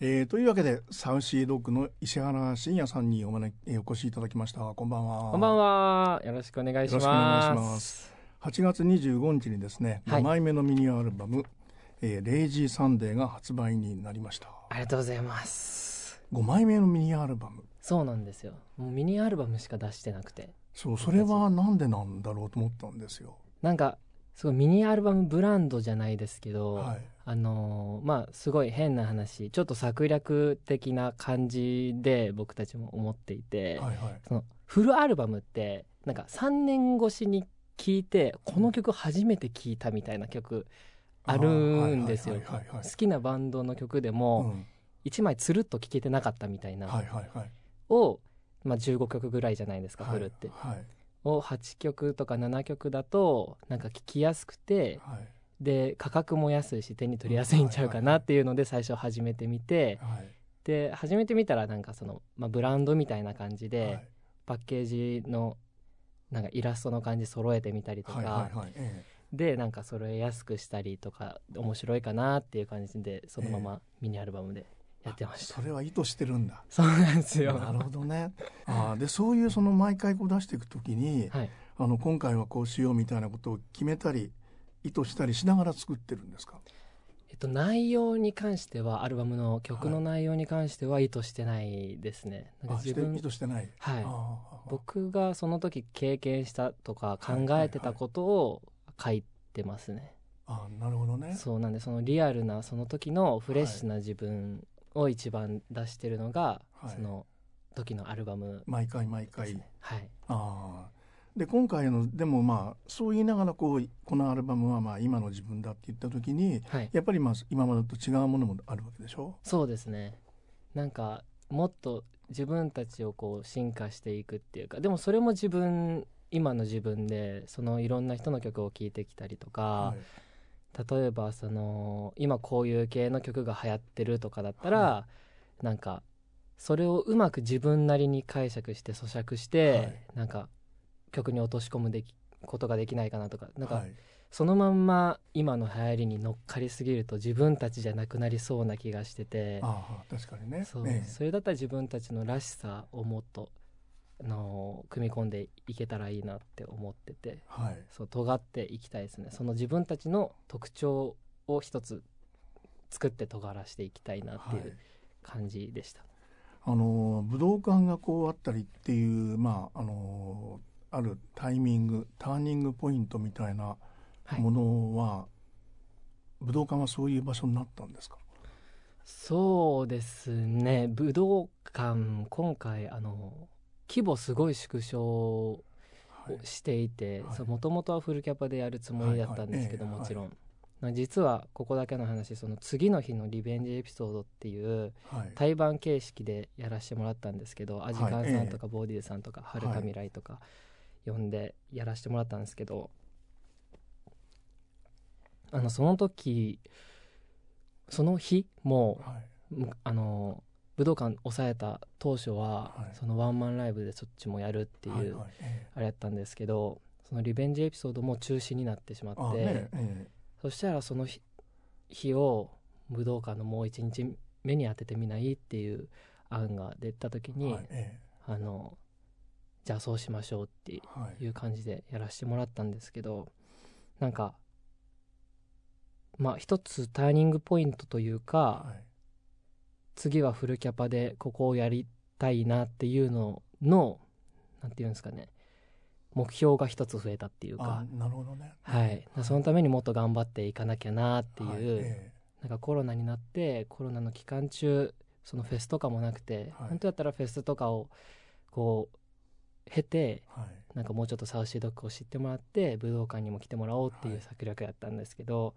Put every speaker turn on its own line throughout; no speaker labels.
えー、というわけでサウシードッグの石原信也さんにお招き、えーお越しいただきましたこんばんは
こんばんは。よろしくお願いし
よろしくお願いし
ます。
ます8月25日にですね、
はい
5枚目のミニアルバム「えー、レイジーサンデー」が発売になりました
ありがとうございます。
5枚目のミニアルバム
そうなんですよ。もうミニアルバムしか出してなくて、
そうそれはなんでなんだろうと思ったんですよ
なんかすごいミニアルバムブランドじゃないですけど、
はい
あのーまあすごい変な話、ちょっと策略的な感じで僕たちも思っていて、
はいはい
そのフルアルバムってなんか3年越しに聞いてこの曲初めて聞いたみたいな曲あるんですよ。
はいはいはいはい
好きなバンドの曲でも。
うん
1枚つるっと聴けてなかったみた
は
いない
はいはい
を、まあ、15曲ぐらいじゃないですかフルって。
はいはい
を8曲とか7曲だとなんか聴きやすくて
はい
で価格も安いし手に取りやすいんちゃうかなっていうので最初始めてみて
はい
で始めてみたらなんかその、まあ、ブランドみたいな感じ
は
で
い
パッケージのなんかイラストの感じ揃えてみたりと
はいは
か
いはいえ
でなんかそれ安くしたりとか面白いかなっていう感じでそのままミニアルバムでやってま
え
した
そ。れは意図してるんだ
そうなんですよ。
なるほどねあーでそういうその毎回こう出していくときに、
はい
あの今回はこうしようみたいなことを決めたり意図したりしながら作ってるんですか
えっと、内容に関してはアルバムの曲の内容に関しては意図してないですね。なん
あ
か
し
自
て
分
意図してない、
はい
あー
僕がその時経験したとか考えてたことを書いてますね。
あーなるほどね
そうなんでそのリアルなその時のフレッシュな自分を一番出してるのが、
はい
その時のアルバム
毎回毎
で
回、
すね。はい、
あーで今回のでもまあそう言いながらこうこのアルバムはまあ今の自分だって言った時に
はい、
やっぱりまあ今までと違うものもあるわけでしょ
そうですねなんかもっと自分たちをこう進化していくっていうかでもそれも自分今の自分でそのいろんな人の曲を聴いてきたりとか、
はい
例えばその今こういう系の曲が流行ってるとかだったら、
は
なんかそれをうまく自分なりに解釈して咀嚼して、
はい
なんか曲に落とし込むできことができないかなとかなんか
はい
そのまんま今の流行りに乗っかりすぎると自分たちじゃなくなりそうな気がしてて。
あー確かにね
そう、
ええ
それだったら自分たちのらしさをもっとあの組み込んでいけたらいいなって思ってて
はい
そう尖っていきたいですねその自分たちの特徴を一つ作って尖らしていきたいなって
はいいう
感じでした、
あの武道館がこうあったりっていう、まあ、あのあるタイミングターニングポイントみたいな
はい
ものは、武道館はそういう場所になったんですか
そうですね武道館今回あの規模すごい縮小
はい
をしていて
はい
もともとはフルキャパでやるつもりだったんですけど、
はいはい
もちろん、な実はここだけの話その次の日のリベンジエピソードっていう
はい
対バン形式でやらせてもらったんですけど、アジカンさんと
え
かボディさんとか、
い
はるか未来とか呼んでやらせてもらったんですけど、あのその時その日も
はい
むあの武道館抑えた当初は、
はい
そのワンマンライブでそっちもやるっていう。
はいはいええ
あれやったんですけどそのリベンジエピソードも中止になってしま
あ
っ
ね
て、
え
そしたらその日日を武道館のもう一日目に当ててみないっていう案が出た時
え
に、
はいえ
あのじゃあそうしましょうって
えはい
いう感じでやらせてもらったんですけどなんかまあ一つターニングポイントというか、
はい
次はフルキャパでここをやりたいなっていうののなんていうんですかね目標が一つ増えたっていう
あ
か、
なるほどね
はい、そのためにもっと頑張っていかなきゃなっていう、
はいえ
なんかコロナになってコロナの期間中そのフェスとかもなくて、
はい
本当だったらフェスとかをこう経て
えはい
なんかもうちょっとサウシードッグを知ってもらって武道館にも来てもらおうってい
は
う
い
策略やったんですけど、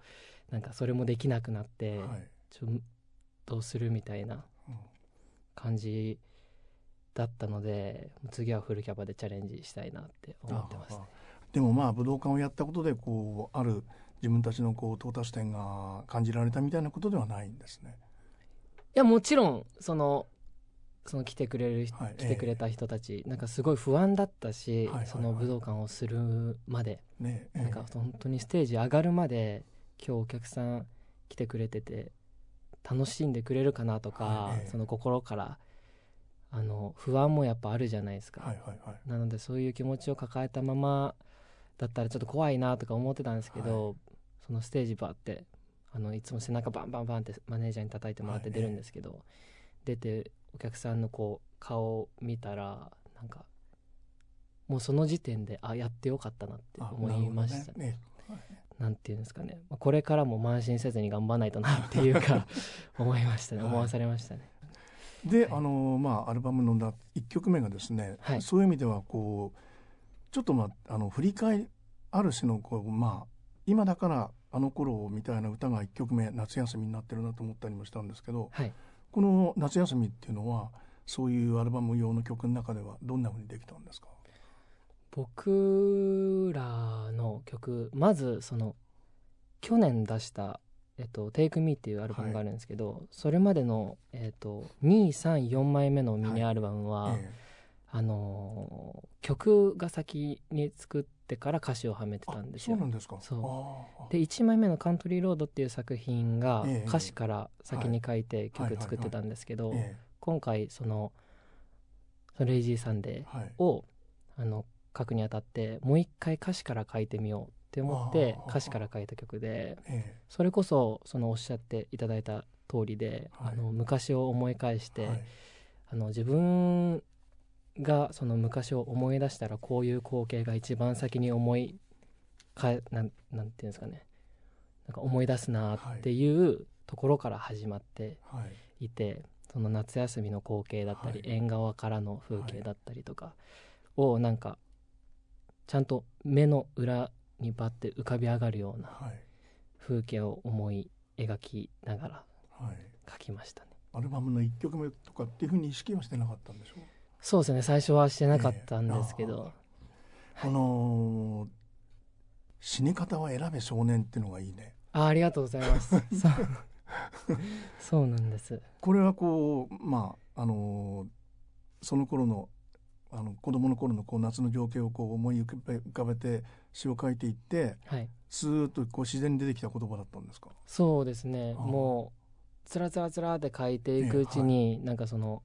なんかそれもできなくなって、
はい
ちょどうするみたいな
うん
感じだったので次はフルキャパでチャレンジしたいなって思ってま
あ
す、
あでもまあ武道館をやったことでこうある自分たちのこう到達点が感じられたみたいなことではないんですね。
いやもちろんそのその来てくれる人、
はい
来てくれた人たち、なんかすごい不安だったし、
はいはい
その武道館をするまで、
ねええ
なんか本当にステージ上がるまで今日お客さん来てくれてて楽しんでくれるかなとか、
はいええ
その心からあの不安もやっぱあるじゃないですか、
はいはいはい
なのでそういう気持ちを抱えたままだったらちょっと怖いなとか思ってたんですけど、そのステージバーってあのいつも背中バンバンバンってマネージャーに叩いてもらって
はい
出るんですけど、出てお客さんのこう顔を見たらなんかもうその時点であやってよかったなって
あ
思いまし
なる
た
ほどねね
なんていうんですかねまあこれからも慢心せずに頑張らないとなっていう か思いましたね
はい
思わされましたね、
で、
はい
あのまあアルバムのだ一曲目がですね、
はい
そういう意味ではこうちょっとまああの振り返りある種のこうまあ今だからあの頃みたいな歌が一曲目夏休みになってるなと思ったりもしたんですけど、
はい
この夏休みっていうのはそういうアルバム用の曲の中ではどんな風にできたんですか。
僕らの曲まずその去年出した「えっと、Take Me」っていうアルバムがあるんですけど、それまでの、えっと、234枚目のミニアルバムは、
え
あのー曲が先に作ってから歌詞をはめて
え
たんです
そう
よ
なんですか。
そう
ああ
で1枚目の「カントリーロード」っていう作品が
ええ
歌詞から先に書いて
はい
曲作ってたんですけど
え
今回その「そのレイジーサンデー
え、はい。
をあの書くにあたってもう一回歌詞から書いてみようって思って
ああ
歌詞から書いた曲で
え
それこそそのおっしゃっていただいた通りで、
はい
あの昔を思い返し
え、
て、
はい
あの自分がその昔を思い出したらこういう光景が一番先に思いかなんなんていうんですかねなんか思い出すなっていうところから始まって、
はい。
いてその夏休みの光景だったり、
はい
縁側からの風景だったりとかをなんかちゃんと目の裏にバッて浮かび上がるような
はい。
風景を思い描きながら
はい。
描きましたね。
アルバムの一曲目とかっていうふうに意識はしてなかったんでしょう。
そうですね最初はしてなかったんですけど、
この死に方は選べ少年っていうのがいいね。
あありがとうございます そうそうなんです
これはこうまああのその頃のあの子供の頃のこう夏の情景をこう思い浮かべ浮かべて詩を書いていって
はい
スーッとこう自然に出てきた言葉だったんですか。
そうですね
あー
もうつらつらつらって描いていくうちに、なんかその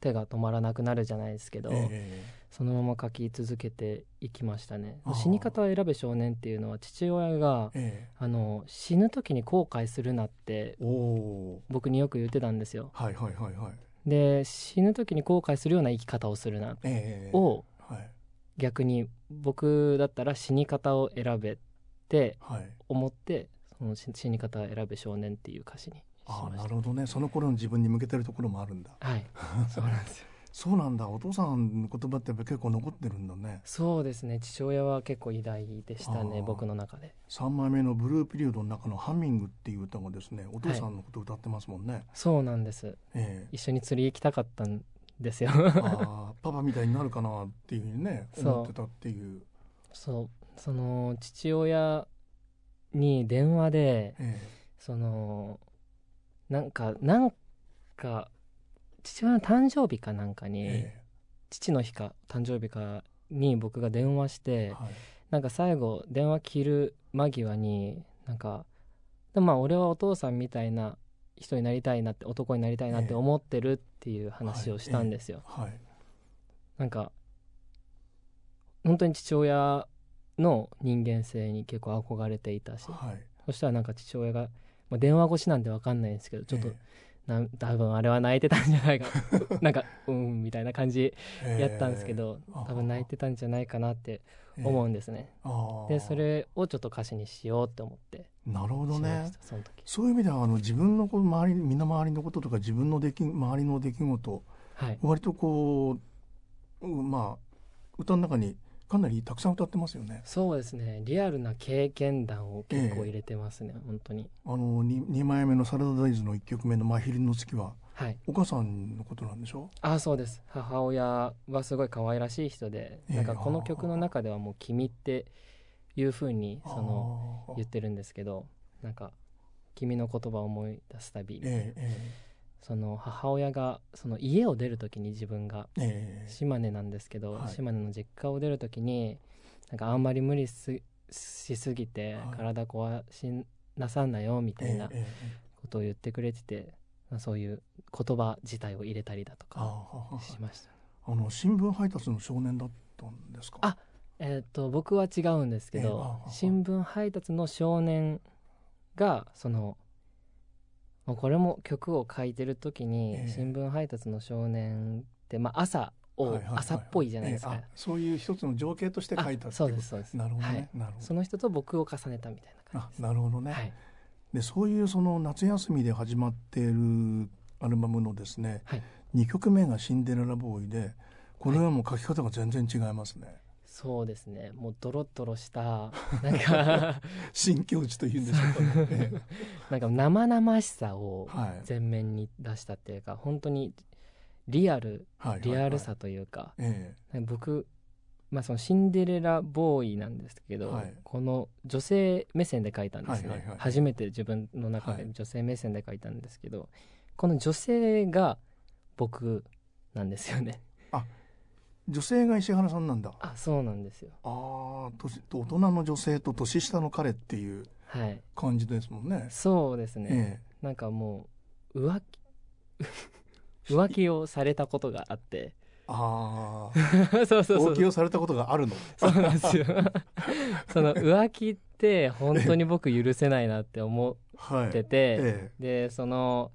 手が止まらなくなるじゃないですけど、
え
そのまま書き続けていきましたね
あー
「死に方を選べ少年」っていうのは父親が
ええ
あの死ぬ時に後悔するなって
えおお
僕によく言ってたんですよ
ーはいはいはいはい。
で死ぬ時に後悔するような生き方をするな
ええ
を
はい
逆に僕だったら死に方を選べって
はい。
思ってその死死に方を選べ少年っていう歌詞にし
あ
ま
あな
し
るほどねその頃の自分に向けてるところもあるんだ。
た はいそうなんですよ
そうなんだお父さんの言葉ってやっぱ結構残ってるんだね
そうですね父親は結構偉大でした
あー
ね僕の中で
3枚目の「ブルーピリオド」の中の「ハミング」っていう歌もですねお父さんのこと歌ってますもんね、
そうなんです
ええ
一緒に釣り行きたかったんですよ
あ あパパみたいになるかなっていうふうにね
そう
思ってたっていう、
そうその父親に電話で
え
そのなんかなんか父親の誕生日かなんか
え
に、
え
父の日か誕生日かに僕が電話し
え
て
はい
なんか最後電話切る間際になんかでもまあ俺はお父さんみたいな人になりたいなって男になりたいなっ
ええ
て思ってるっていう話をしたんですよ。
はい
なんか本当に父親の人間性に結構憧れていたし
はい
そしたらなんか父親が、まあ、電話越しなんで分かんないんですけどちょっと
え
な、多分あれは泣いてたんじゃないかなん かうんみたいな感じ
え
やったんですけ、ど、
ええ
多分泣いてたんじゃないかなって
ええ
思うんですね、
ああ
でそれをちょっと歌詞にしようって思って
なるほど
しま
ね
したその時
そういう意味ではあの自分のこう周り身の回りのこととか自分の出来周りの出来事
はい
割とこう、うんまあ歌の中にかなりたくさん歌ってますよね
そうですねリアルな経験談を結構入れてますね、本当に
あの 2, 二枚目の「サラダダイズ」の1曲目の「真昼の月」は
はい
お母さんのことなんでしょ
あそうです母親はすごい可愛らしい人で、
ええ
なんかこの曲の中ではもう「君」っていう風にその
の
言ってるんですけどなんか「君の言葉を思い出すたび、
ええ
その母親がその家を出る時に自分が
ええええ
島根なんですけど、
はい
島根の実家を出る時になんかあんまり無理すしすぎて
はい
体壊しなさんなよみたいな
ええええ
ことを言ってくれてて、まあ、そういう言葉自体を入れたりだとか
あ
しました。
ああの新聞配達の少年だったんですか
あえっと僕は違うんです
え
け
えあ
ど
ああ
新聞配達の少年がそのもうこれも曲を書いてる時に
ええ
新聞配達の少年って、まあ、朝
は
を
いはいはい
朝っぽいじゃないです
ええ
か
あそういう一つの情景として書いたってい
あ
こ
そ
と
うですそうです
なるほどね、
はい
なるほ
そ
ど
の人と僕を重ねたみたいな感
あ
じです
なるほどね、
はい
でそういうその夏休みで始まっているアルバムのですね、
はい
二2曲目が「シンデレラボーイで」これはもう書き方が全然違いますね、
そうですねもうドロッドロしたな んか
新境地というんでしょうかね、 ええ
なんか生々しさを
はい
前面に出したっていうか本当にリアル
はいはいはい
リアルさというか
え
僕、まあ、そのシンデレラボーイなんですけど、
はい
この女性目線で書いたんですね、
はいはいはい
初めて自分の中で
はい
女性目線で書いたんですけど、この女性が僕なんですよね
え女性が石原さんなんだ あ
あそうなんですよ
あ年大人の女性と年下の彼っていう
はい
感じですもんね
そうですね、
え
なんかもう浮気 浮気をされたことがあって
えああ
そう そうそう
浮気をされたことがあるの
そうなんですよその浮気って本当に僕許せないなって思
はい
ってて、
え
でその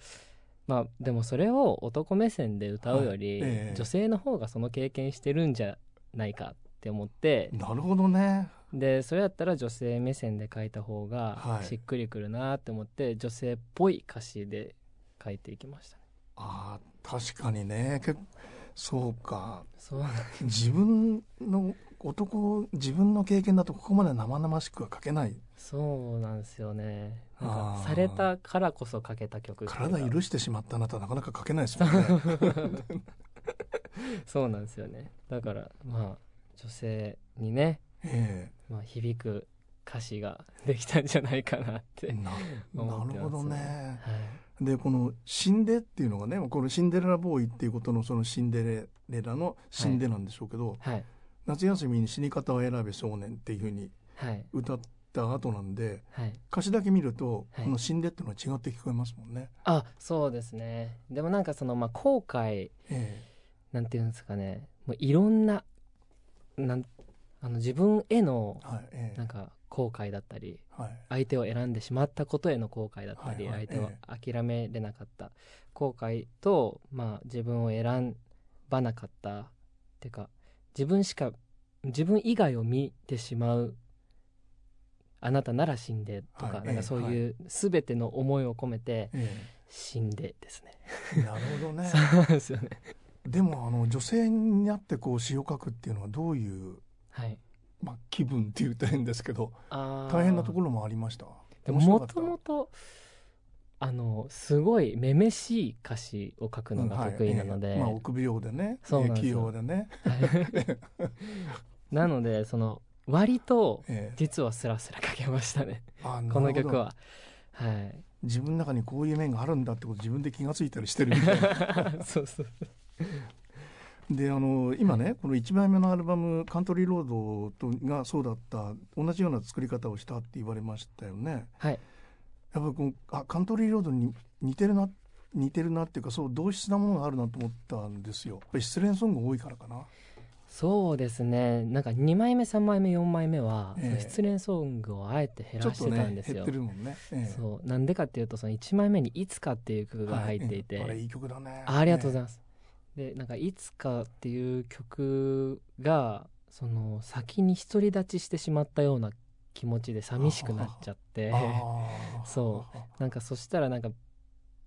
まあでもそれを男目線で歌うより、
はいええ
女性の方がその経験してるんじゃないかって思って
え、なるほどね
でそれだったら女性目線で書いた方が
はい
しっくりくるなって思って、女性っぽい歌詞で書いていきましたね。
ああ確かにねけそうか
そう
自分の男自分の経験だとここまで生々しくは書けない
そうなんですよねなん
あ
か
ー
されたからこそ書けた曲っていうか
体許してしまったあなたなかなか書けないですもんね
そうなんですよねだからまあ女性にね、
え
まあ、響く歌詞ができたんじゃないかなって
えな
思
な
ってます
るほどね
はい、
でこの「死んで」っていうのがねこの「シンデレラボーイ」っていうことのそのシンデレラの「死んで」なんでしょうけど、
はい
夏休みに死に方を選べ少年っていうふうに
はい
歌った後なんで
はい
歌詞だけ見ると、
はい
この「死んで」っていうのは違って聞こえますもんね。
あそうですねでもなんかそのまあ後悔
え
なんていうんですかねもういろんななんあの自分への
えはいええ
なんか後悔だったり
はい
相手を選んでしまったことへの後悔だったり、
はいはい
相手を諦めれなかった後悔と、まあ、自分を選ばなかったっていうか自分しか自分以外を見てしまうあなたなら死んでとか,、
はい
なんかそういう全ての思いを込めて
え
死んでですね。
えなるほど ね。
そうですよね。
でもあの女性になってこう詩を書くっていうのはどういう、
はい。
まあ、気分って言うと変ですけど
あー
大変なところもありました
で
面白
も
かった
ともとあのすごいめめしい歌詞を書くのが得意なので、
うんはいええまあ、臆病でね
そうなんです
え
よ
え器用でね、
なのでその割と
ええ
実はスラスラ書けましたね
あな
この
るほ
曲
ど
は はい
自分の中にこういう面があるんだってこと自分で気がついたりしてるみたい な
そうそう
であの今ねこの1枚目のアルバム「カントリーロードと」がそうだった同じような作り方をしたって言われましたよね
はい
やっぱりこうあカントリーロードに似てるな似てるなっていうかそう同質なものがあるなと思ったんですよやっぱり失恋ソング多いからかな
そうですねなんか2枚目3枚目4枚目は、
ええ
失恋ソングをあえて減
ちょ
ら
っ
し
と
てたん
ね
です
減っ
よ、
てるもんね、ええ
そうなんでかっていうとその1枚目に「いつか」っていう曲が入っていて、
はいうんあれいい曲だね
あありがとうござ
い
います。でなんか「いつか」っていう曲がその先に独り立ちしてしまったような気持ちで寂しくなっちゃってそなんかそしたらなんか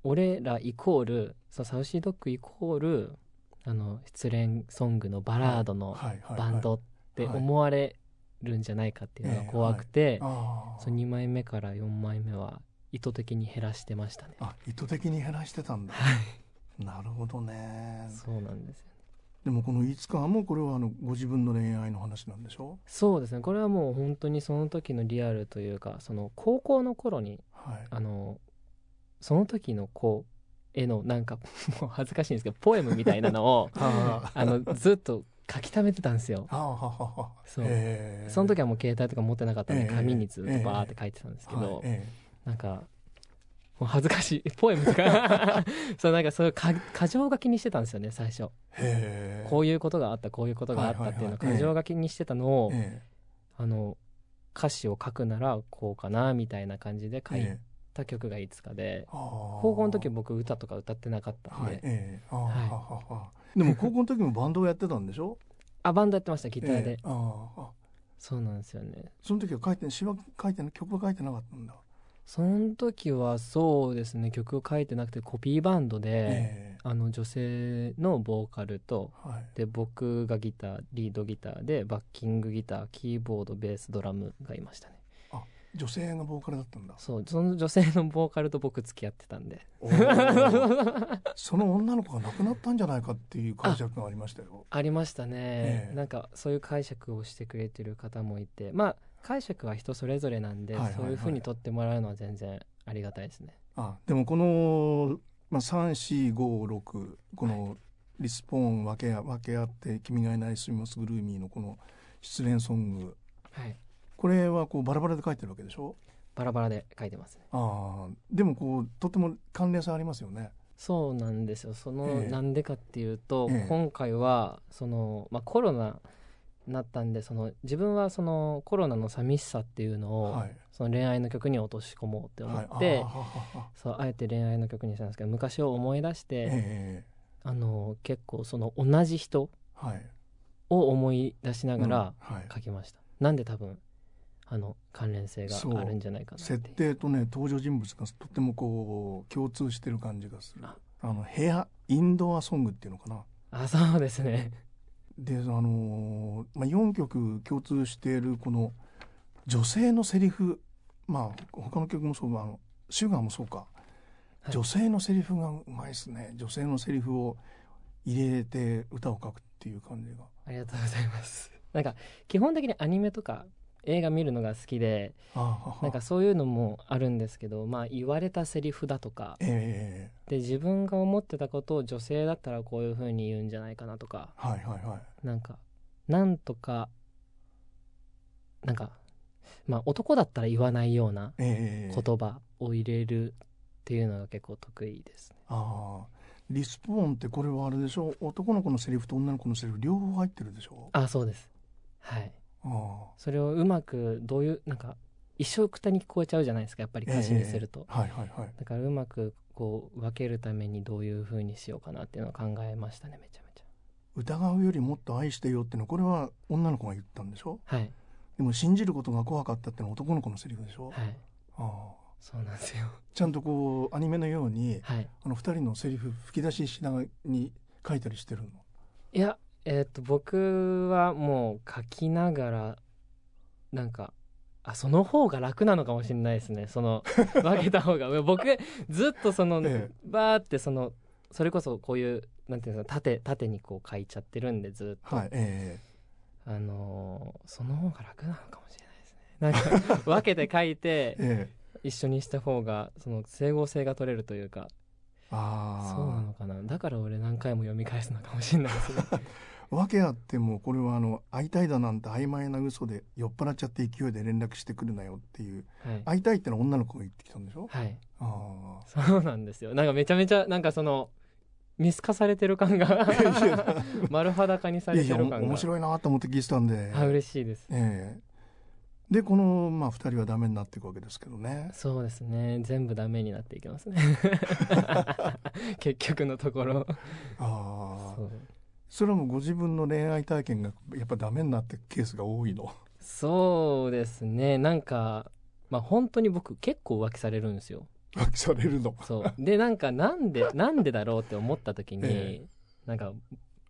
俺らイコールそうサウシードッグイコールあの失恋ソングのバラードのバンドって思われるんじゃないかっていうのが怖くて、
あー
そう2枚目から4枚目は意図的に減らしてましたね。
あ意図的に減らしてたんだなるほどね
そうなんですよ
でもこの「いつか」もこれはあのご自分の恋愛の話なんでしょ
そうですねこれはもう本当にその時のリアルというかその高校の頃に
はい
あのその時の子へのなんか もう恥ずかしいんですけどポエムみたいな のを
あー
あのずっと書き溜めてたんですよ
あーははは
そう
ええ
その時はもう携帯とか持ってなかったん
え
で
え
紙にずっ
ええ
とバーって書いてたんですけ
はい
ど
ええ
なんかもう恥ずかしい ポエムとか そうなんかそういうか過剰書きにしてたんですよね最初
へえ
こういうことがあったこういうことがあったっていうのを
はいはいはい
過剰書きにしてたのを、
え
あの歌詞を書くならこうかなみたいな感じで
え
書い
え
た曲がいつかで、
あー
高校の時僕歌とか歌ってなかったんで、
はいええあー
はい
はははでも高校の時もバンドをやってたんでしょ
あバンドやってま したギターで、
ええあーあ
そうなんですよね
その時は書いて詩は書いてな曲は書いてなかったんだ
その時はそうですね曲を書いてなくてコピーバンドで、
ええ
あの女性のボーカルと
はい
で僕がギターリードギターでバッキングギターキーボードベースドラムがいましたね
女性がボーカルだったんだ
そうその女性のボーカルと僕付き合ってたんで
おーその女の子が亡くなったんじゃないかっていう解釈がありましたよ
ありましたね
え、え
なんかそういう解釈をしてくれてる方もいてまあ解釈は人それぞれなんで、
はいはいはい
そういうふうに取ってもらうのは全然ありがたいですね
あでもこの、まあ、3456このリスポーン分けあ分け合って「君がいないスミマスグルーミー」のこの失恋ソング
はい
これはこうバラバラで書いてるわけでしょ
バラバラで書いてますね
あーでもこうとても関連性ありますよね。
そうなんですよその
ええ
なんでかっていうと、
ええ
今回はその、まあ、コロナになったんでその自分はそのコロナの寂しさっていうのを、
はい
その恋愛の曲に落とし込もうって思
はい
って、
あーははは
そうあえて恋愛の曲にしたんですけど昔を思い出して、
ええ
あの結構その同じ人
はい
を思い出しなが
うん
ら
はい、
書きました、なんで多分あの関連性があるんじゃないかなってい
設
う
定とね登場人物がとてもこう共通してる感じがする
あ
あの部屋インドアソングっていうのかな
あそうですね
であのーまあ、4曲共通しているこの女性のセリフまあ他の曲もそうあのシュガーもそうか、
はい
女性のセリフがうまいですね女性のセリフを入れて歌を書くっていう感じが
ありがとうございますなんか基本的にアニメとか映画見るのが好きで
あ
なんかそういうのもあるんですけどまあ言われたセリフだとか
え
で自分が思ってたことを女性だったらこういうふうに言うんじゃないかなとか
えはいはいはい
なんかなんとかなんかまあ男だったら言わないような
ええ
言葉を入れるっていうのが結構得意ですね。
ああリスポーンってこれはあれでしょ男の子のセリフと女の子のセリフ両方入ってるでしょ
あそうです。はい。
ああ
それをうまくどういうなんか一生くたに聞こえちゃうじゃないですかやっぱり歌詞にすると。
はいはいはい
だからうまくこう分けるためにどういうふうにしようかなっていうのを考えましたねめちゃめち
疑うよりもっと愛してよってのはこれは女の子が言ったんでしょ
ゃ。はい
でも信じることが怖かったってのは男の子のセリフでしょ、
はい。
ああ
そうなんですよ。
ちゃんとこうアニメのように
はい。
あの二人のセリフ吹き出ししながらに書いたりしてるの
いやえっと僕はもう書きながらなんかあその方が楽なのかもしれないですね その分けた方が僕ずっとその、
ええ
バーってそのそれこそこういうなんていうんですか縦縦にこう書いちゃってるんでずっと、
はいえ
あのーその方が楽なのかもしれないですね なんか分けて書い
え
て
ええ
一緒にした方がその整合性が取れるというか
ああ
そうなのかなだから俺何回も読み返すのかもしれないです ね
訳あってもこれはあの会いたいだなんて曖昧な嘘で酔っ払っちゃって勢いで連絡してくるなよっていう
はい、
会いたいってのは女の子が言ってきたんでしょ
はい、
あ
そうなんですよなんかめちゃめちゃなんかその見透かされてる感が
あいやい や
丸裸にさ
いや
れ
い
て
や
る
お
感が
面白いなと思って聞いてたんで、
あ嬉しいです
ええでこの、まあ、2人はダメになっていくわけですけどね
そうですね全部ダメになっていきます ね結局のところ
ああ
そう
それはもうご自分の恋愛体験がやっぱダメになっていくケースが多いの
そうですねなんかまあ本当に僕結構浮気されるんですよ
浮気されるの
そうでなんかなんでなんでだろうって思った時に、
え
なんか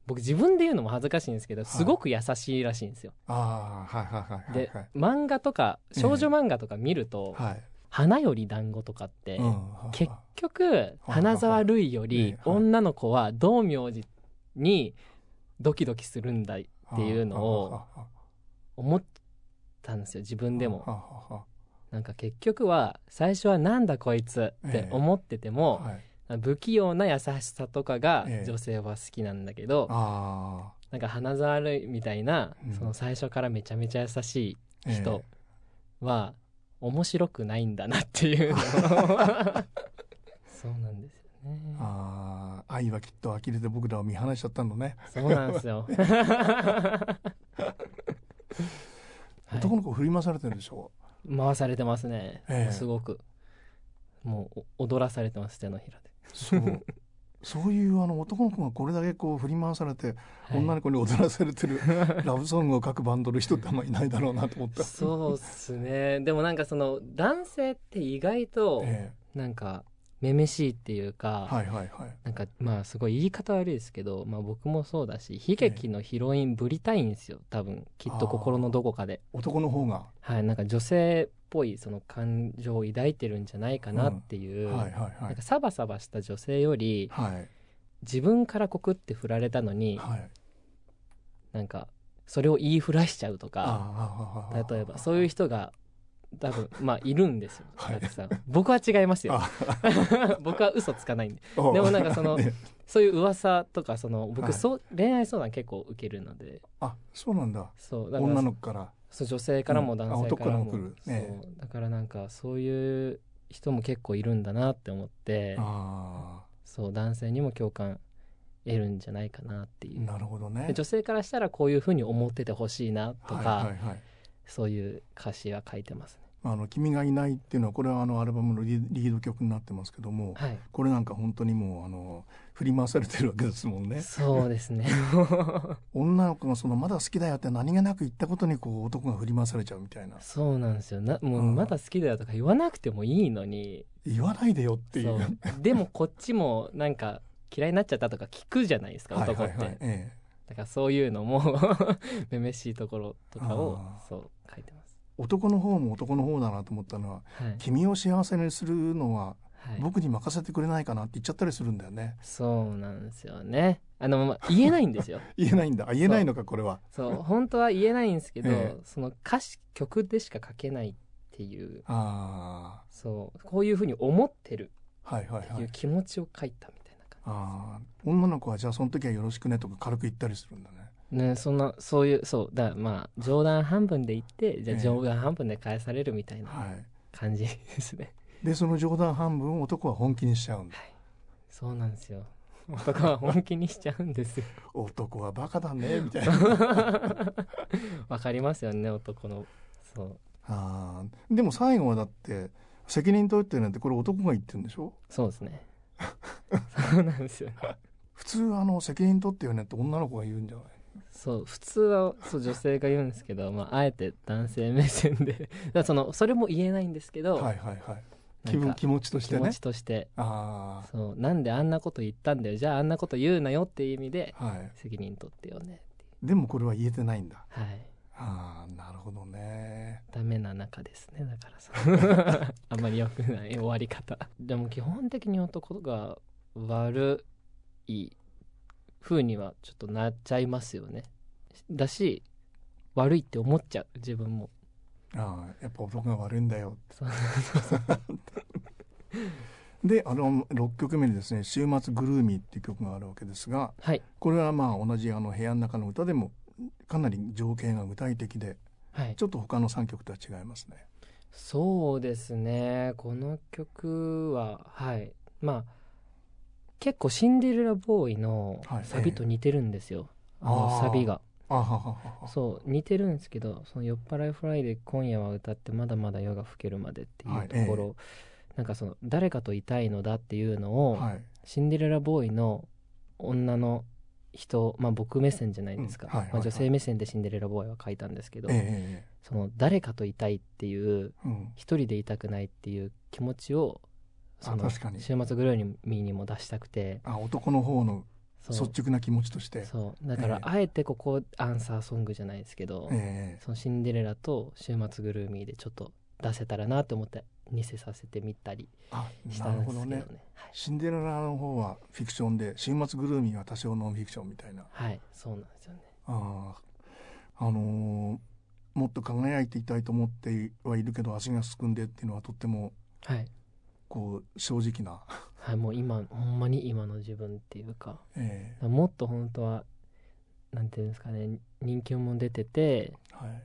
僕自分で言うのも恥ずかしいんですけど
はい
すごく優しいらしいんですよ、
ああはいはいはい
で
はい
漫画とか少女漫画とか見ると、
はいはい
花より団子とかって、
うん
結局花沢類よ
はいはい
り
はい
女の子は道明寺にドキドキするんだいっていうのを
はあは
思ったんですよ自分
あ
で
はあ
も
は
なんか結局は最初はなんだこいつって思ってて
あは
も
あ、はい
不器用な優しさとかが
ええ
女性は好きなんだけど、
あ
なんか花沢類みたいな
うん
その最初からめちゃめちゃ優しい
あええ
人は面白くないんだなって いうのそうなんですよね
ああ愛はきっと呆れて僕らを見放しちゃったのね、
そうなんで すよはい
男の子振り回されてるでしょ
回されてますね、
ええ
すごくもうお踊らされてます手のひらで、
そうそういうあの男の子がこれだけこう振り回されて、
はい
女の子に踊らされてるラブソングを書くバンドの人ってあんまいないだろうなと思った。
そうっすねでもなんかその男性って意外と
え
なんかめめしいっていう
え
か、
はいはいはい。
なんかまあすごい言い方悪いですけど、まあ、僕もそうだし悲劇のヒロインぶりたいんですよ多分きっと心のどこかで、
男の方が、
はい、なんか女性っぽいその感情を抱いてるんじゃないかなっていう、
はいはいは
なん
い
かサバサバした女性より
はい
自分から告って振られたのに
はい。
なんかそれを言いふらしちゃうとか
ああ
例えばそういう人が多分まあいるんですよ
はい
たくさん僕は違いますよ
あ
僕は嘘つかないんで
おう
でもなんか その
ね
そういう噂とかその僕、
はい
そう恋愛相談結構受けるので
あそうなんだ。
そうだから
女の子から。
そう女性からも
うんあ
男性からも,、
男からも来るね
そうだからなんかそういう人も結構いるんだなって思って
あ
そう男性にも共感得るんじゃないかなって
あ
いう、
なるほど
で
ね。
女性からしたらこういうふうに思っててほしいなとか、
はいはいはい。
そういう歌詞は書いてますね
まああの君がいないっていうのはこれはあのアルバムのリリード曲になってますけども、
はい
これなんか本当にもうあの振り回されてるわけですもん ね。
そうで すね
女の子がそのまだ好きだよって何気なく言ったことにこう男が振り回されちゃうみたいな
そうなんですよなもう
うん
まだ好きだよとか言わなくてもいいのに
言わないでよってい
そううでもこっちもなんか嫌いになっちゃったとか聞くじゃないですか
はい
男って、
はいはい、ええ、
だからそういうのも めめしいところとかを
あー
そう書いてます。
男の方も男の方だなと思ったのは
はい
「君を幸せにするのは
はい、
僕に任せてくれないかな」って言っちゃったりするんだよね
そうなんですよね。あの、まあ、言えないんです よ。
言えないんだあ言えないのかこれは
そう本当は言えないんですけど、
ええ
その歌詞曲でしか書けないっていう
あ
そうこういうふうに思ってる
あはいはい
っ
は
ていう
い
気持ちを書いたみたいな感
ああ女の子はじゃあその時はよろしくねとか軽く言ったりするんだね
じ、ねそんなそういうそうだからまあ冗談半分で言ってじゃあ
ええ
冗談半分で返されるみたいな
はい
感じですね。
でその冗談半分を男は本気にしちゃうんだ
そうなんで すよ。男は本気にしちゃうんですよ
男はバカだね みたいな
わかりますよね男のそう
ああでも最後はだって責任取ってなんてこれ男が言ってるんでしょ
そうです ねそうなんですよ
普通あの責任取ってよねって女の子が言うんじゃない
そう普通はそう女性が言うんですけど、まあ、あえて男性目線で だからそのそれも言えないんですけど、
はいはいはい
な
気
ん
分
か
気持ちとし
気
て
持
ね
ちとして
あ
そうなんであんなこと言ったんだよじゃああんなこと言うなよっていう意味で
あはい
責任取ってよねっていう
でもこれは言えてないんだ
はい
ああなるほどね
ダメな中ですねだからさ あんまり良くない終わり方でも基本的に男が悪い風にはちょっとなっちゃいますよねだし悪いって思っちゃう自分も
ああやっぱ男が悪いんだよ
そう
であの6曲目にですね「週末グルーミー」っていう曲があるわけですが
はい
これはまあ同じあの部屋の中の歌でもかなり情景が具体的で
はい
ちょっと他の3曲とは違いますね。
そうですねこの曲ははいまあ結構シンデレラボーイの
はい
サビと似てるんですよ、あの
あー
サビが
あはははは
そう似てるんですけどその酔っ払いフライで今夜は歌ってまだまだ夜が更けるまでっていうところ、なんかその誰かといたいのだっていうのを、
はい
シンデレラボーイの女の人まあ僕目線じゃないですか、
うんはいはいはい
まあ、女性目線でシンデレラボーイは書いたんですけど、
えええ
その誰かといたいっていう
えうん、
一人でいたくないっていう気持ちを
あ
その
確かに
週末グルーミーにも出したくて
あ男の方の
そう
率直な気持ちとして。
そうだから
ええ
あえてここアンサーソングじゃないですけど、
ええ
そのシンデレラと週末グルーミーでちょっと出せたらなと思って似せさせてみたり
あ
した
なんる
です
ほ
けど
ど
ね
ね。シンデレラの方はフィクションで週末グルーミーは多少ノンフィクションみたいな
はい、はい、そうなんですよね
あー、あのーもっと輝いていたいと思ってはいるけど足がすくんでっていうのはとっても
はい、
こう正直な、
はい、もう今ほんまに今の自分っていうか
ええ
もっと本当はなんていうんですかね人気も出てて
はい、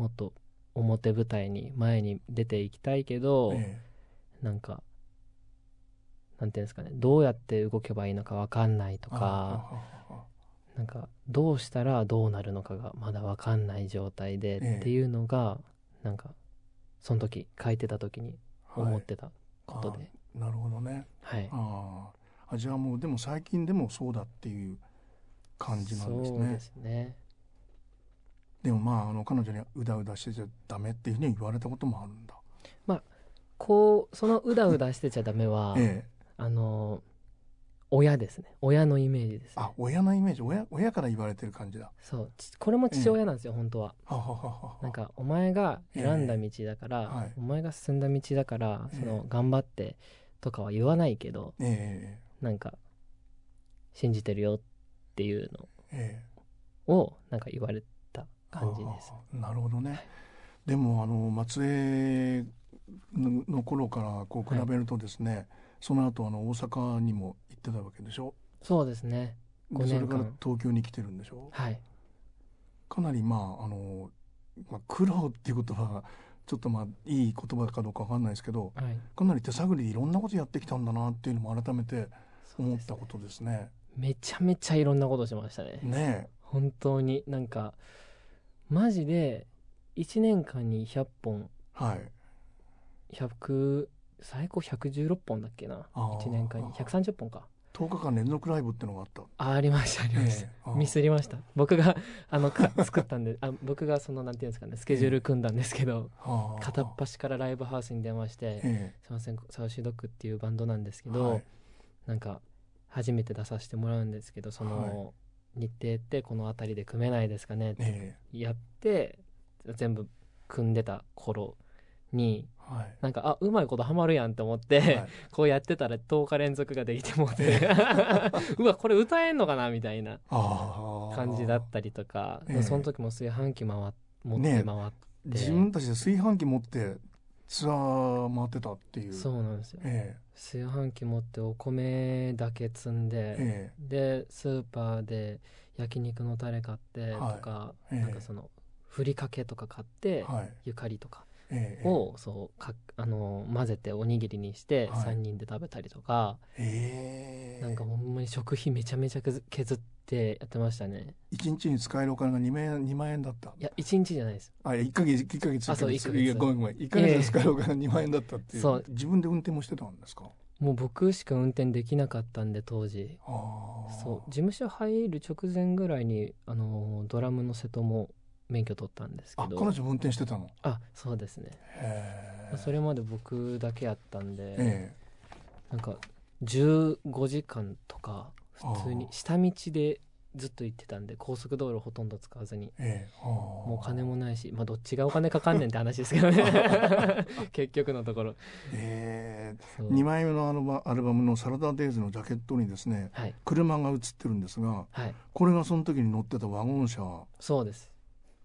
もっと表舞台に前に出ていきたいけど、
え
なんかなんていうんですかねどうやって動けばいいのか分かんないと
えあ
か
ああああ
なんかどうしたらどうなるのかがまだ分かんない状態
え
で、
え
っていうのがなんかその時書いてた時に
はい
思ってたことで、
なるほどね
はい
あああじゃあもうでも最近でもそうだっていう感じなんです
そ
ね
うですね
でもまああの彼女にうだうだしてちゃダメっていうふうに言われたこともあるんだ、
こうそのうだうだしてちゃダメは
ええ
あの親ですね親のイメージですね
あ親のイメージ親親から言われてる感じだ
そうちこれも父親なんですよ、本当は
はははは
なんかお前が選んだ道だから、
ええはい
お前が進んだ道だから、
ええ
その頑張ってとかは言わないけど
え
なんか信じてるよっていう
ええ
のをなんか言われた
え
感じです
はははなるほどねでもあの松江のの頃からこう比べるとですね、その後あの大阪にも行ってたわけでしょ
そうですね
で
五年
そ
間
れから東京に来てるんでしょ
はい
かなりまああの、まあ、苦労っていう言葉がちょっとまあいい言葉かどうかわかんないですけど
はい
かなり手探りでいろんなことやってきたんだなっていうのも改めて
そう
思っ
です
た
ね
ことですね。
めちゃめちゃいろんなことしましたね
ね
本当になんかマジで1年間に100本
えはい。
100最高116本だっけな
あー
1年間に130本か
10日間連続ライブってのがあった。
あありましたありました、
ええあー
ミスりました僕があのか作ったんであ僕がそのなんていうんですかねスケジュール組んだんですけど、
はあ
片っ端からライブハウスに電話して「
え
すいませんサウシードッグ」っていうバンドなんです
え
けど、
はい
なんか初めて出させてもらうんですけどその、日程ってこの辺りで組めないですかねって
え
やって全部組んでた頃に
えはい。
なんかあうまいことハマるやんと思って、
はい
こうやってたら10日連続ができても うてうわこれ歌えんのかなみたいな
ああ
感じだったりとか、
ええ
その時も炊飯器回っ持って
ねえ
回っ
自分たちで炊飯器持ってツアー回ってたってい
て
う。
そうなんですよ
え
炊飯器持ってお米だけ積ん
え
で、
え
でスーパーで焼肉のタレ買ってとか、
えええ
なんかそのふりかけとか買って、
えはい。
ゆかりとか
ええ
をそうかあの混ぜておにぎりにして
はい
3人で食べたりとか、
ええ
なんかほんまに食費めちゃめちゃ削削ってやってましたね
一日に使えるお金が2万円 ,2 万円だった
いや1日じゃないです
あ1か月一ヶ月
あそう
一ヶ
一ヶ月
いやごめんごめん1か月に使えるお金が2万円だったっていう,、
そう
自分で運転もしてたんですか
もう僕しか運転できなかったんで当時
ああ
そう事務所入る直前ぐらいにあのドラムの瀬戸も免許取ったんですけ
あ
ど
彼女も運転してたの
あそうですね、
へえ
それまで僕だけやったんで、
え
なんか15時間とか普通に
あー
下道でずっと行ってたんで高速道路ほとんど使わずに
えええああ
もうお金もないしまあどっちがお金かかんねんって話ですけ どね結局のところ
え
そ
え
う
2枚目のアルバアルバムの「サラダデイズ」のジャケットにですね
はい
車が映ってるんですが
はい
これがその時に乗ってたワゴン車
そうです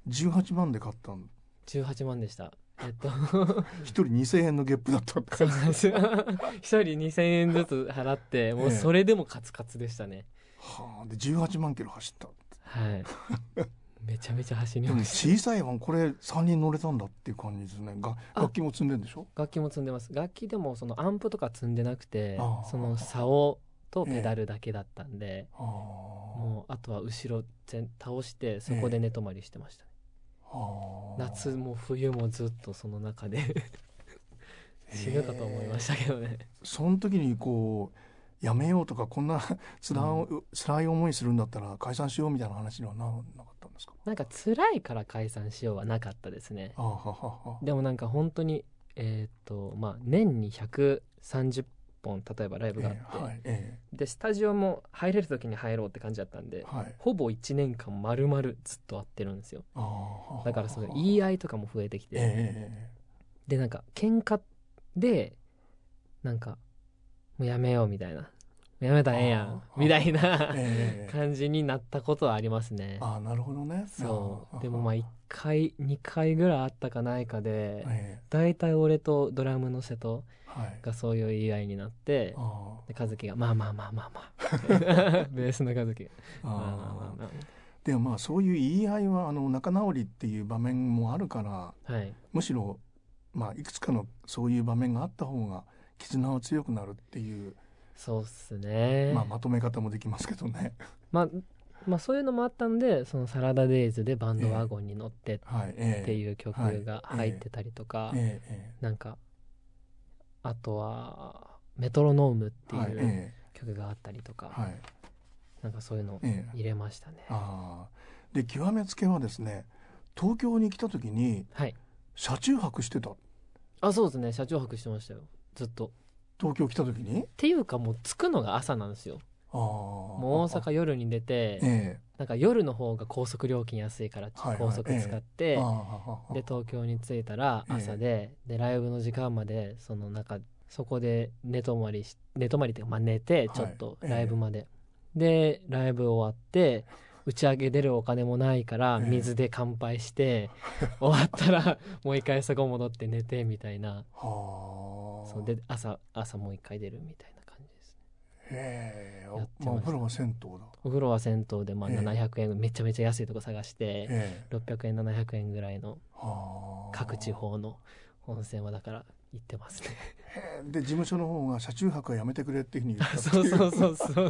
18万で買ったん
18万でしたえ っと
1人2000円のゲップだったって
そ
感
う
じ
なんですよ一人2000円ずつ払ってもうそれでもカツカツでしたね
はあで18万キロ走った
はいめちゃめちゃ走り
でも
まし
小
た
さいワンこれ3人乗れたんだっていう感じですねが
あ
楽器も積んでんでしょ
楽器も積んでます楽器でもそのアンプとか積んでなくて
あー
その竿とペダルだけだったんで、
あー
もうあとは後ろ全倒してそこで寝泊まりしてましたね、
あー
夏も冬もずっとその中で 死ぬかと思いましたけどね、
その時にこうやめようとかこんな 辛い、辛い思いするんだったら解散しようみたいな話にはならなかったんですか
なんか辛いから解散しようはなかったですね
あーははは
でもなんか本当にえーっとまあ年に130本例えばライブがあって
え、えはいえ
でスタジオも入れる時に入ろうって感じだったん
え
で
はい
ほぼ1年間丸々ずっと会ってるんですよ
あーはは
だからその言い合いとかも増えてきて、
えええ
でなんか喧嘩でなんかもうやめようみたいなやめたらええやん
あー
みたい
ええ
な
ええええ
感じになったことはありますね
ああなるほどね
そう
ー
でもまあ
え
1回2回ぐらいあったかないかで
え
大体俺とドラムの瀬戸
はい
がそういう言い合いになって
あー
で和樹が「まあまあまあまあまあ」ベースの和樹が「まあまあまあ
あ
まあ」
でもまあそういう言い合いはあの仲直りっていう場面もあるから
はい
むしろ、まあ、いくつかのそういう場面があった方が絆は強くなるっていう、
そうっすね、
ま
ま
あ、
あ、
まとめ方もできますけどね。
まあそういうのもあったんでその「サラダデイズ」でバンドワゴンに乗ってっ
はい、え
て
う、
いう曲
はい
が入ってたりとか、
ええ
なんかあとは「メトロノーム」って
ええはい、
いう
え
曲があったりとか、
えはい、
なんかそういうの
ええ
入れましたね。
ああで極めつけはですね東京に来た時に
はい
車中泊してた
あそうですね車中泊してましたよずっと。っ
東京来た時に
ていうかもう着くのが朝なんですよ。
ああ
もう
も
大阪夜に出て
え
なんか夜の方が高速料金安いから
はいはい
高速使って、
えああ
で東京に着いたら
ええ
朝で,、でライブの時間までそのなんかそこで寝泊まりし寝泊まりっていうかまあ寝て
はい
ちょっと
ええ
ライブまで、でライブ終わって打ち上げ出るお金もないから
ええ
水で乾 杯して、終わったらもう一回そこ戻って寝てみたいな
はあ
そうで朝朝もう一回出るみたいな感じですね
ええ
やってました
まあお風呂は銭湯だ
お風呂は銭湯でまあ
ええ
700円、めちゃめちゃ安いとこ探して、
ええ
600円700円ぐらいの
はあ
各地方の温泉はだから行ってますね
ええで事務所の方が車中泊はやめてくれっていうふうに言ったってい
そうそうそうそうそう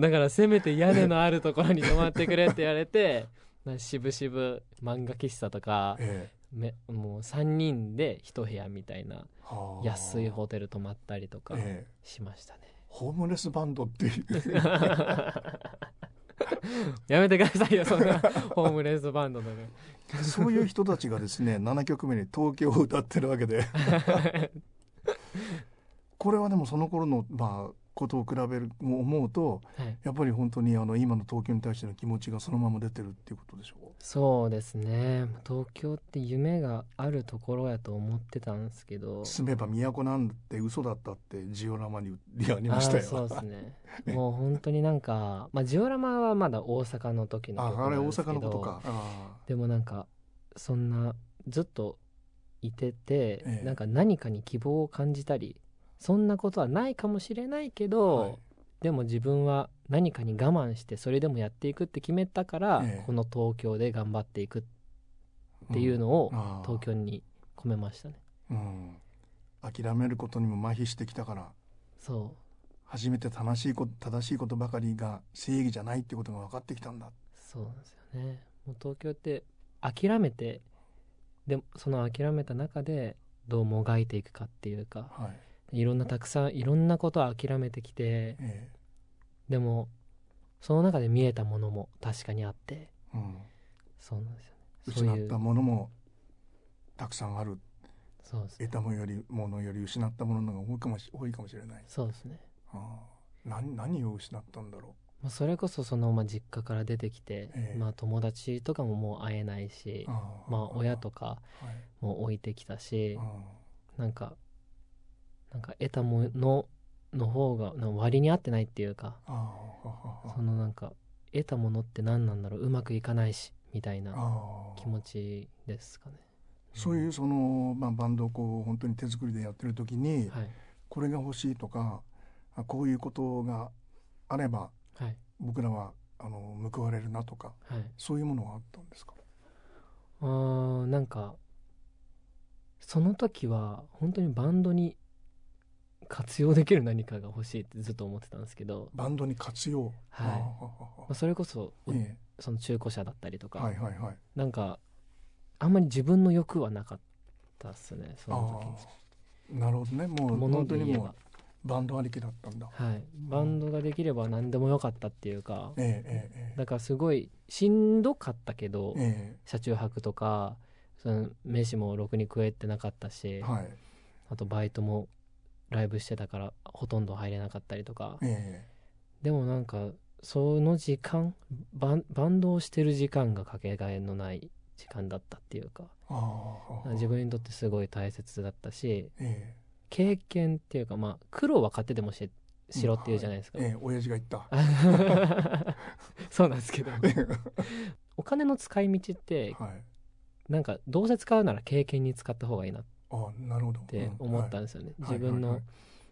だからせめて屋根のあるところに泊まってくれって言われて な渋々漫画喫茶とか
ええ
めもう3人で一部屋みたいな
はあ
安いホテル泊まったりとか
ええ
しましたね
ホームレスバンドっていう
やめてくださいよそんなホームレスバンドとか
そういう人たちがですね7曲目に「東京」を歌ってるわけ でこれはでもその頃のまあことを比べるも思うと
はい
やっぱり本当にあの今の東京に対しての気持ちがそのまま出てるっていうことでしょう
そうですね東京って夢があるところやと思ってたんですけど
住めば都なんて嘘だったってジオラマにありましたよ
あーそうですね
ね
もう本当になんか、まあ、ジオラマはまだ大阪の時の
あ
曲な
あ
ん
れ大
ですけど
阪のことかあ
でもなんかそんなずっといてて、
ええ
なんか何かに希望を感じたりそんなことはないかもしれないけ
ー
ど、
はい
でも自分は何かに我慢してそれでもやっていくって決めたから、
ええ
この東京で頑張っていくっていうの
う
を
んあー
東京に込めましたね。
うん諦めることにも麻痺してきたから
そう
初めて正しいこと正しいことばかりが正義じゃないってことが分かってきたんだ
そうなんですよねもう東京って諦めてでもその諦めた中でどうもがいていくかっていうか
はい
いろんなたくさんいろんなことを諦めてきて
え
でもその中で見えたものも確かにあって
えうん
そうなんですよねそう
失
い
っ
う
たものもたくさんある
そうですね
得たものよりものより失ったものの方が多いかもし多いかもしれない
そうですね、
ああ何何を失ったんだろ
まあ、それこそその、まあ、実家から出てきて、
ええ
まあ、友達とかももう会えないうし
あ
まあ親とか
はい
も置いてきたし
うん
なんかなんか得たものの方がなんか割に合ってないっていうか
ああ
そのなんか得たものって何なんだろううまくいかないしみたい
あ
な
あ
気持ちですかね。
そういうその、まあ、バンドをこう本当に手作りでやってる時に、
はい
これが欲しいとかあこういうことがあれば
はい
僕らはあの報われるなとか
はい。
そういうものはあったんですか
あーなんかその時は本当にバンドに活用できる何かが欲しいってずっと思ってたんですけど、
バンドに活用
はい
あ
ま
あ
あ、それこそ
え
その中古車だったりと
え
か、
はいはいはい
なんかあんまり自分の欲はなかったっすねその
ああなるほどねも
時
う
もの
本
で
当に
言え
も
ば
う。バンドありきだったんだ
はい、バンドができれば何でもよかったっていうか、
えええ
だからすごいしんどかったけど
え、え
車中泊とかその飯もろくに食えてなかった
え
し、
はい
あとバイトもライブしてたからほとんど入れなかったりとか、
え
でもなんかその時間バンバンドをしてる時間がかけがえのない時間だったっていうか
えああ
自分にとってすごい大切だったし
え
経験っていうかまあ苦労は勝手でもししろっていうじゃないですか、
えええ親父が言った
そうなんですけどお金の使い道って
はい
なんかどうせ使うなら経験に使った方がいいなっ
あなるほどって
思ったんですよね、自分の、
はい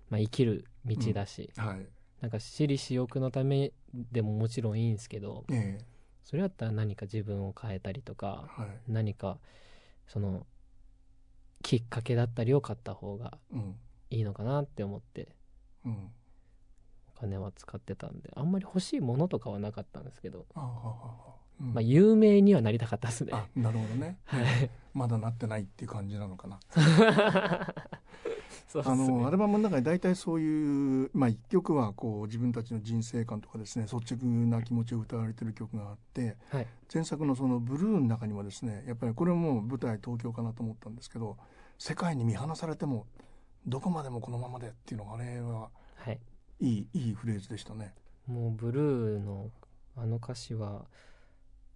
まあ、生きる道だし、
はいはいはい
なんか私利私欲のためでももちろんいいんですけど
ええ
それだったら何か自分を変えたりとか
はい
何かそのきっかけだったりを買った方が
うん
いいのかなって思って
うん
お金は使ってたんであんまり欲しいものとかはなかったんですけど、
ああああうん
まあ有名にはなりたかったですね
あなるほどね
はい
まだなってないっていう感じなのかな
そうっす
あ
ね
のアルバムの中に大体そういう、まあ、1曲はこう自分たちの人生観とかですね率直な気持ちを歌われてる曲があって
はい
前作のその「ブルー」の中にもですねやっぱりこれも舞台東京かなと思ったんですけど世界に見放されてもどこまでもこのままでっていうのがあれは
はい
いいいいフレーズでしたね。
もうブルーのあの歌詞は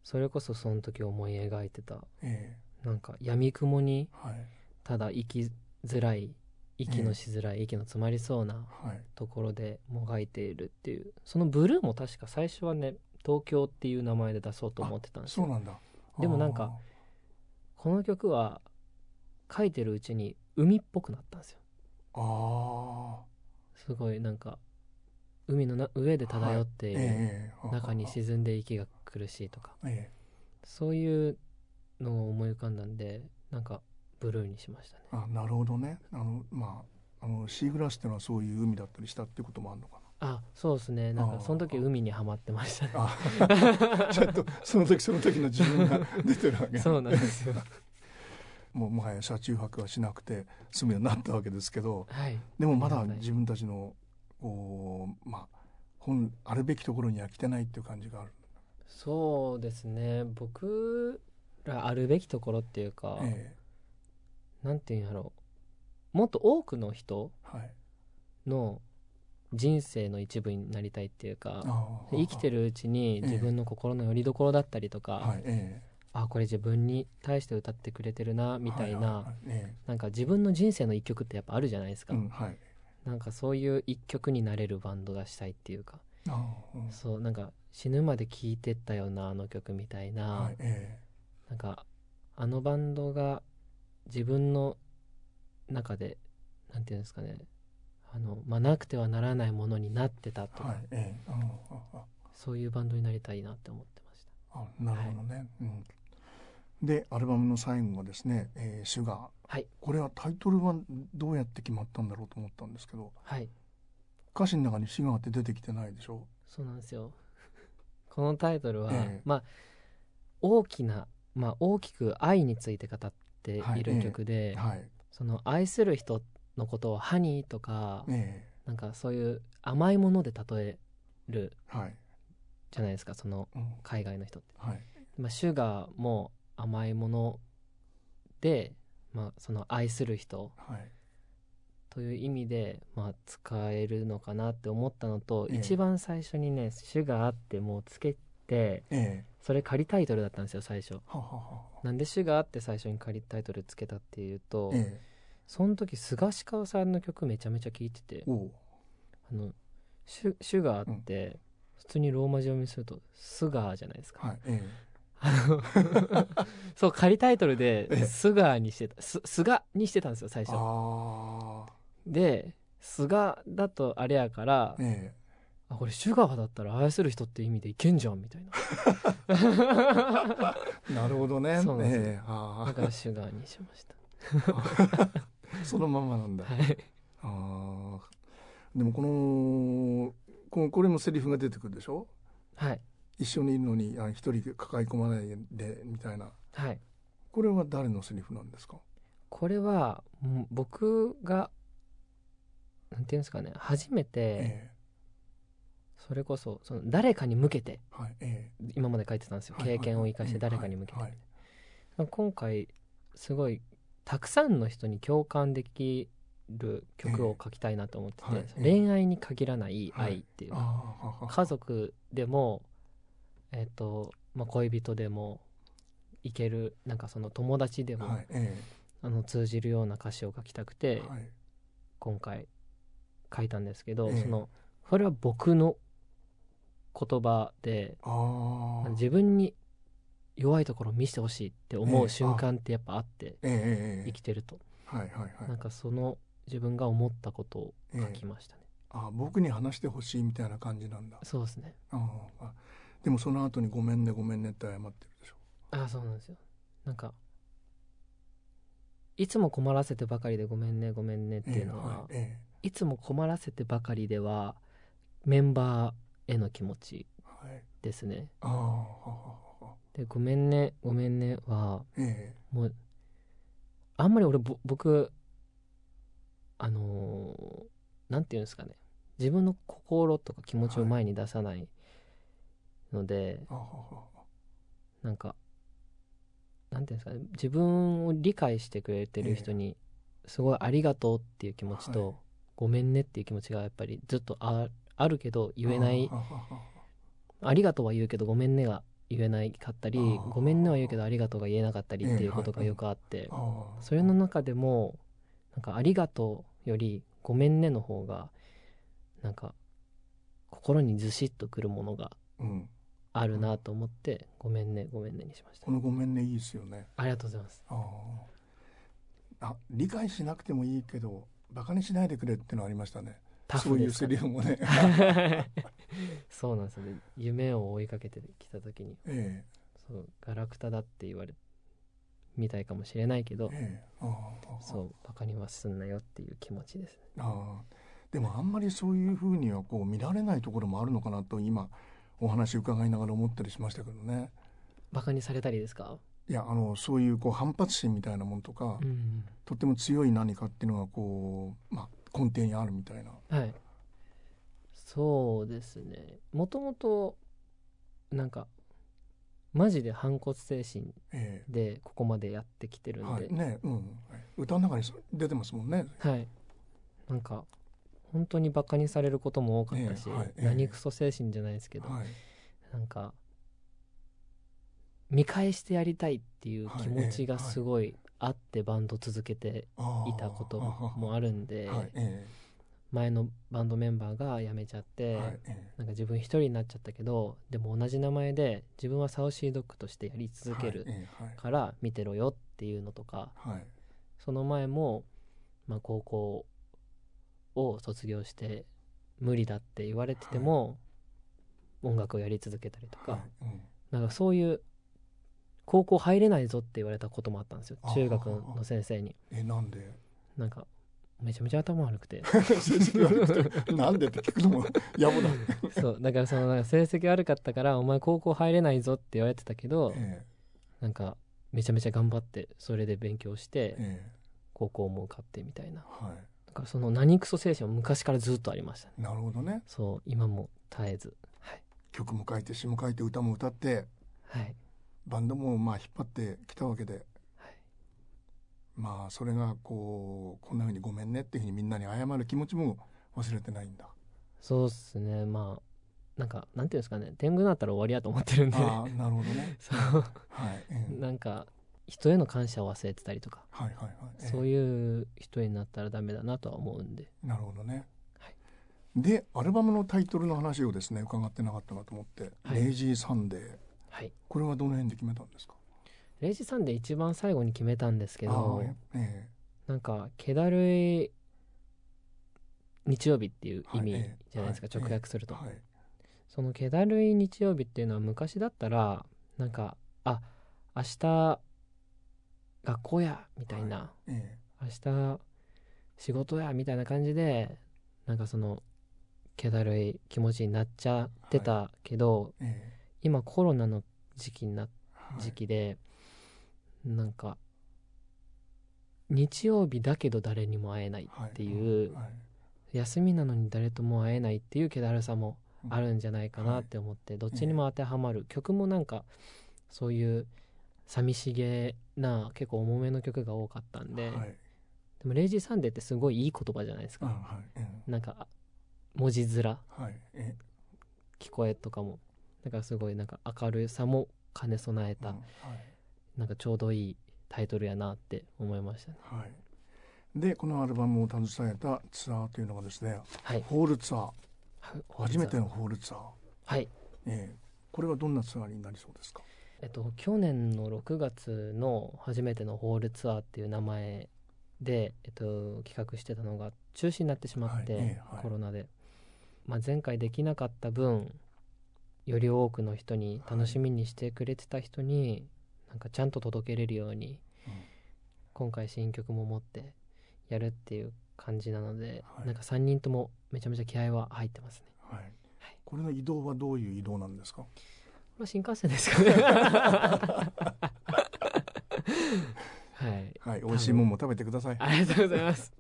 それこそその時思い描いてた
え
なんか闇雲に
えはい
ただ生きづらい息のしづらい息の詰まりそうな
はい
ところでもがいているっていうそのブルーも確か最初はね東京っていう名前で出そうと思ってたんです
そう
よ
なんだ
でもなんかこの曲は書いてるうちに海っぽくなったんですよ
あーあ
すごいなんか海のな上で漂って
ー
いる
ええ
中に沈んで息が苦しいとか
ええ
そういうのを思い浮かんだんでなんかブルーにしましたね
あなるほどねあのまああのシーグラスっていうのはそういう海だったりしたっていうこともあるのか
あそうですねなん
あ
か
ー
その時海にはまって ましたね
な ちゃんとその時その時の自分が出てるわけ
そうなんですよ
もうもはや車中泊はしなくて住むようになったわけですけど
はい
でもま
は
だ
い
自分たちのこうまあ本あるべきところには来てないっていう感じがある、
そうですね僕らあるべきところっていうか、
ええ
なんていうんやろうもっと多くの人
はい、
の人生の一部になりたいっていうか
あー
生きてるうちに自分の心の拠り所だったりとか、
はいえ
あこれ自分に対して歌ってくれてるな
え
みたいな、
はははえ
なんか自分の人生の一曲ってやっぱあるじゃないです
え
か、
うんはい
なんかそういう一曲になれるバンドがしたいっていうか、
あーうん
そうなんか死ぬまで聴いてったよなあの曲みたいな、
はいえ
なんかあのバンドが自分の中でなんていうんですかねあの、まあ、なくてはならないものになってた
え
とか、
はいええあーあーあー
そういうバンドになりたいなって思ってまし
あなるほどね、うん、でアルバムの最後がですね「えー、シュガー」
はい
これはタイトルはどうやって決まったんだろうと思ったんですけど
たはい
歌詞の中に「シュガー」って出てきてないでしょ
そうなんですよ このタイトルは、
ええ
まあ大きな、まあ、大きく愛について語って
はい
いる曲で、
はい
その愛する人のことを「ハニー」とか、
え
なんかそういう甘いもので例える
えはい、
じゃないですかその
うん、
海外の人って。
はい
まあ、シュガーも甘いもので、まあ、その愛する人
はい
という意味で、まあ、使えるのかなって思ったのと、
ええ
一番最初にね「シュガー」ってもうつけて
ええ
それ仮タイトルだったんですよ最初。
ははは
なんで「シュガー」って最初に仮タイトルつけたっていうと、
え
その時菅氏川さんの曲めちゃめちゃ聴いてて
えおう
あのシュシュガーって普通にローマ字読みすると「スガー」じゃないですか。
はいえ
あ のそう仮タイトル
ええ
で「スガー」にしてた「す菅」にしてたんですよ最
え
初。
ああ
で「菅」だとあれやから
え
あこれシュガーだったら愛する人って意味でいけんじゃんみたいな
えなるほどね
そうなんですよ
ええあ
だからシュガーにしました
あ そのまんまなんだ
はい
ああでもこのこのこれもセリフが出てくるでしょ
はい
一緒にいるのにあ一人で抱え込まないでみたいな
はい
これは誰のセリフなんですか
これはうん僕がなんていうんですかね初めて
え
それこそその誰かに向けて
えはいえ
今まで書いてたんですよ
え
経験を生かして誰かに向けて
はいはい
今回すごいたくさんの人に共感できる曲を書きたいなと思ってて、
はい
その恋愛に限らない愛っていう
あ
か、
あああ
家族でも、えっとまあ、恋人でもいけるなんかその友達でも、
はいえ
あの通じるような歌詞を書きたく
え
て、
はい
今回書いたんですけど、
ええ
そのそれは僕の言葉で
ああ
自分に弱いところを見せてほしいって思
ええ
う瞬間ってやっぱあって。
えええええ
生きてると、
えはいはいは
ないんかその自分が思ったことを書きましたね、
ああ僕に話してほしいみたいな感じなんだ
そうですね
ああでもその後に「ごめんねごめんね」って謝ってるでしょ
あそうなんですよなんかいつも困らせてばかりでごめんねごめんねっていうのは、
えええ
いつも困らせてばかりではメンバーへの気持ち
えはい
ですね
ああはあはあ
でごめんねごめんねは
ええ
もうあんまり俺ぼ僕あのーなんていうんですかね自分の心とか気持ちを前に出さないので、
あははは
なんかなんていうんですかね自分を理解してくれてる人にすごいありがとうっていう気持ちと、
はい
ごめんねっていう気持ちがやっぱりずっとああるけど言えない
あははは
ありがとうは言うけどごめんねが言えないかったり
あー
ごめんねは言うけどありがとうが言えなかったりっていうことがよくあって、
ああ
それの中でもなんかありがとうよりごめんねの方がなんか心にずしっとくるものが
うん
あるなと思って、ごめんねごめんねにしました
この「ごめんね」いいですよね
ありがとうございます
あああ理解しなくてもいいけどバカにしないでくれってのありましたね
タ
そう
フ
い
で
うセ
すから
リフも ね
そうなんですよね夢を追いかけてきた時に
え
そうガラクタだって言われみたいかもしれないけ
え
ど
ええああ
そうバカにはすんなよっていう気持ちですね
ああでもあんまりそういうふうにはこう見られないところもあるのかなと今お話伺いながら思ったりしましたけどね
バカにされたりですか
いやあのそういうこう反発心みたいなものとか、
うん
とっても強い何かっていうのがこう、まあ、根底にあるみたいな。
はいそうですねもともとなんかマジで反骨精神
え
でここまでやってきて
え
るん
は
で
いねうんはい歌の中にそ出てますもんね。
はい、なんか本当にバカにされることも多かったし、
ええはいええ
何クソ精神じゃないですけど、
はい、
なんか見返してやりたいっていう気持ちがすごいあってバンド続けて
ああ
いたこともあるんで、
はいえ
前のバンドメンバーが辞めちゃっ
え
て、
はいえ
なんか自分一人になっちゃったけどでも同じ名前で自分はサウシードッグとしてやり
え
続ける
はいええはい
から見てろよっていうのとか、
はい
その前も、まあ、高校を卒業して無理だって言われてても、音楽をやり続けたりとか、
はいうん
なんかそういう高校入れないぞって言われたこともあったんですよ
あー
中学の先生に
えなんで
なんかめちゃめちゃ頭悪くて
成績悪くて なんでって聞くのも野暮だ。
そうだからそのなんか成績悪かったからお前高校入れないぞって言われてたけど
え
なんかめちゃめちゃ頑張ってそれで勉強し
え
て
え
高校も受かってみたいな
えはい
だからその何クソ精神は昔からずっとありましたね
なるほどね
そう今も絶えずはい、
曲も書いて詩も書いて歌も歌って
はい
バンドもまあ引っ張ってきたわけで
はい、
まあそれがこうこんなふうに「ごめんね」っていうふうにみんなに謝る気持ちも忘れてないんだ。
そうっすねまあなんかなんていうんですかね天狗になったら終わりやと思ってるんで
ああなるほどね。
そう
はい、ええ
なんか人への感謝を忘れてたりとか、
はいはいはい。ええ
そういう人になったらダメだなとは思うんで
なるほどね。
はい
でアルバムのタイトルの話をですね伺ってなかったなと思って「
はい
レイジーサンデー
はい」
これはどの辺で決めたんですか
「レイジさん」で一番最後に決めたんですけど
ああえ
なんか「気だるい日曜日」っていう意味
はいええ
じゃないですか、
はい
直訳する
え
と、
はい
その「気だるい日曜日」っていうのは昔だったらなんか「あ明日学校や」みたいな、
え
明日仕事や」みたいな感じでなんかその気だるい気持ちになっちゃってたけど、
ええ
今コロナの時期にな
えはい
時期で、なんか日曜日だけど誰にも会えないっていう、
はいはい
休みなのに誰とも会えないっていう気だるさもあるんじゃないか
は
ないって思って、どっちにも当てはまる、曲もなんかそういう寂しげな結構重めの曲が多かったん
は
で、
い
でも「レイジーサンデー」ってすごいいい言葉じゃないです
あ
か、
はいえ
なんか文字面
えはいえ
聞こえとかもだからすごいなんか明るさも兼ね備え
えう
た
んはい
なんかちょうどいいタイトルやなって思いましたね。
はい、でこのアルバムを携えたツアーというのがですね
はい。
ホールツアー初めて
の。
のホールツアー、
はい。
ええこれはどんなツアーになりそうですか
えっと去年の6月の初めてのホールツアーっていう名前でえっと企画してたのが中止になってしまって、
はいええはい
コロナで、まあ前回できなかった分より多くの人に楽しみにしてくれてた人に、なんかちゃんと届けれるように、
うん
今回新曲も持ってやるっていう感じなので、
はい
なんか3人ともめちゃめちゃ気合は入ってますね。
はい。これの移動はどういう移動なんですか。
これは新幹線ですかね。はい。
はい、
分
美味しいもんも食べてください。
ありがとうございます。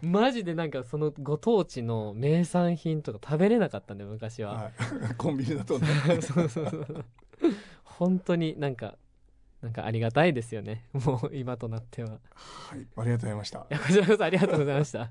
マジでなんかそのご当地の名産品とか食べれなかったんで昔は。
はい、コンビニだとね。
そうそうそう本当になんかなんかありがたいですよねもう今となっては
はい、ありがとうございました
い。やこちらこそありがとうございました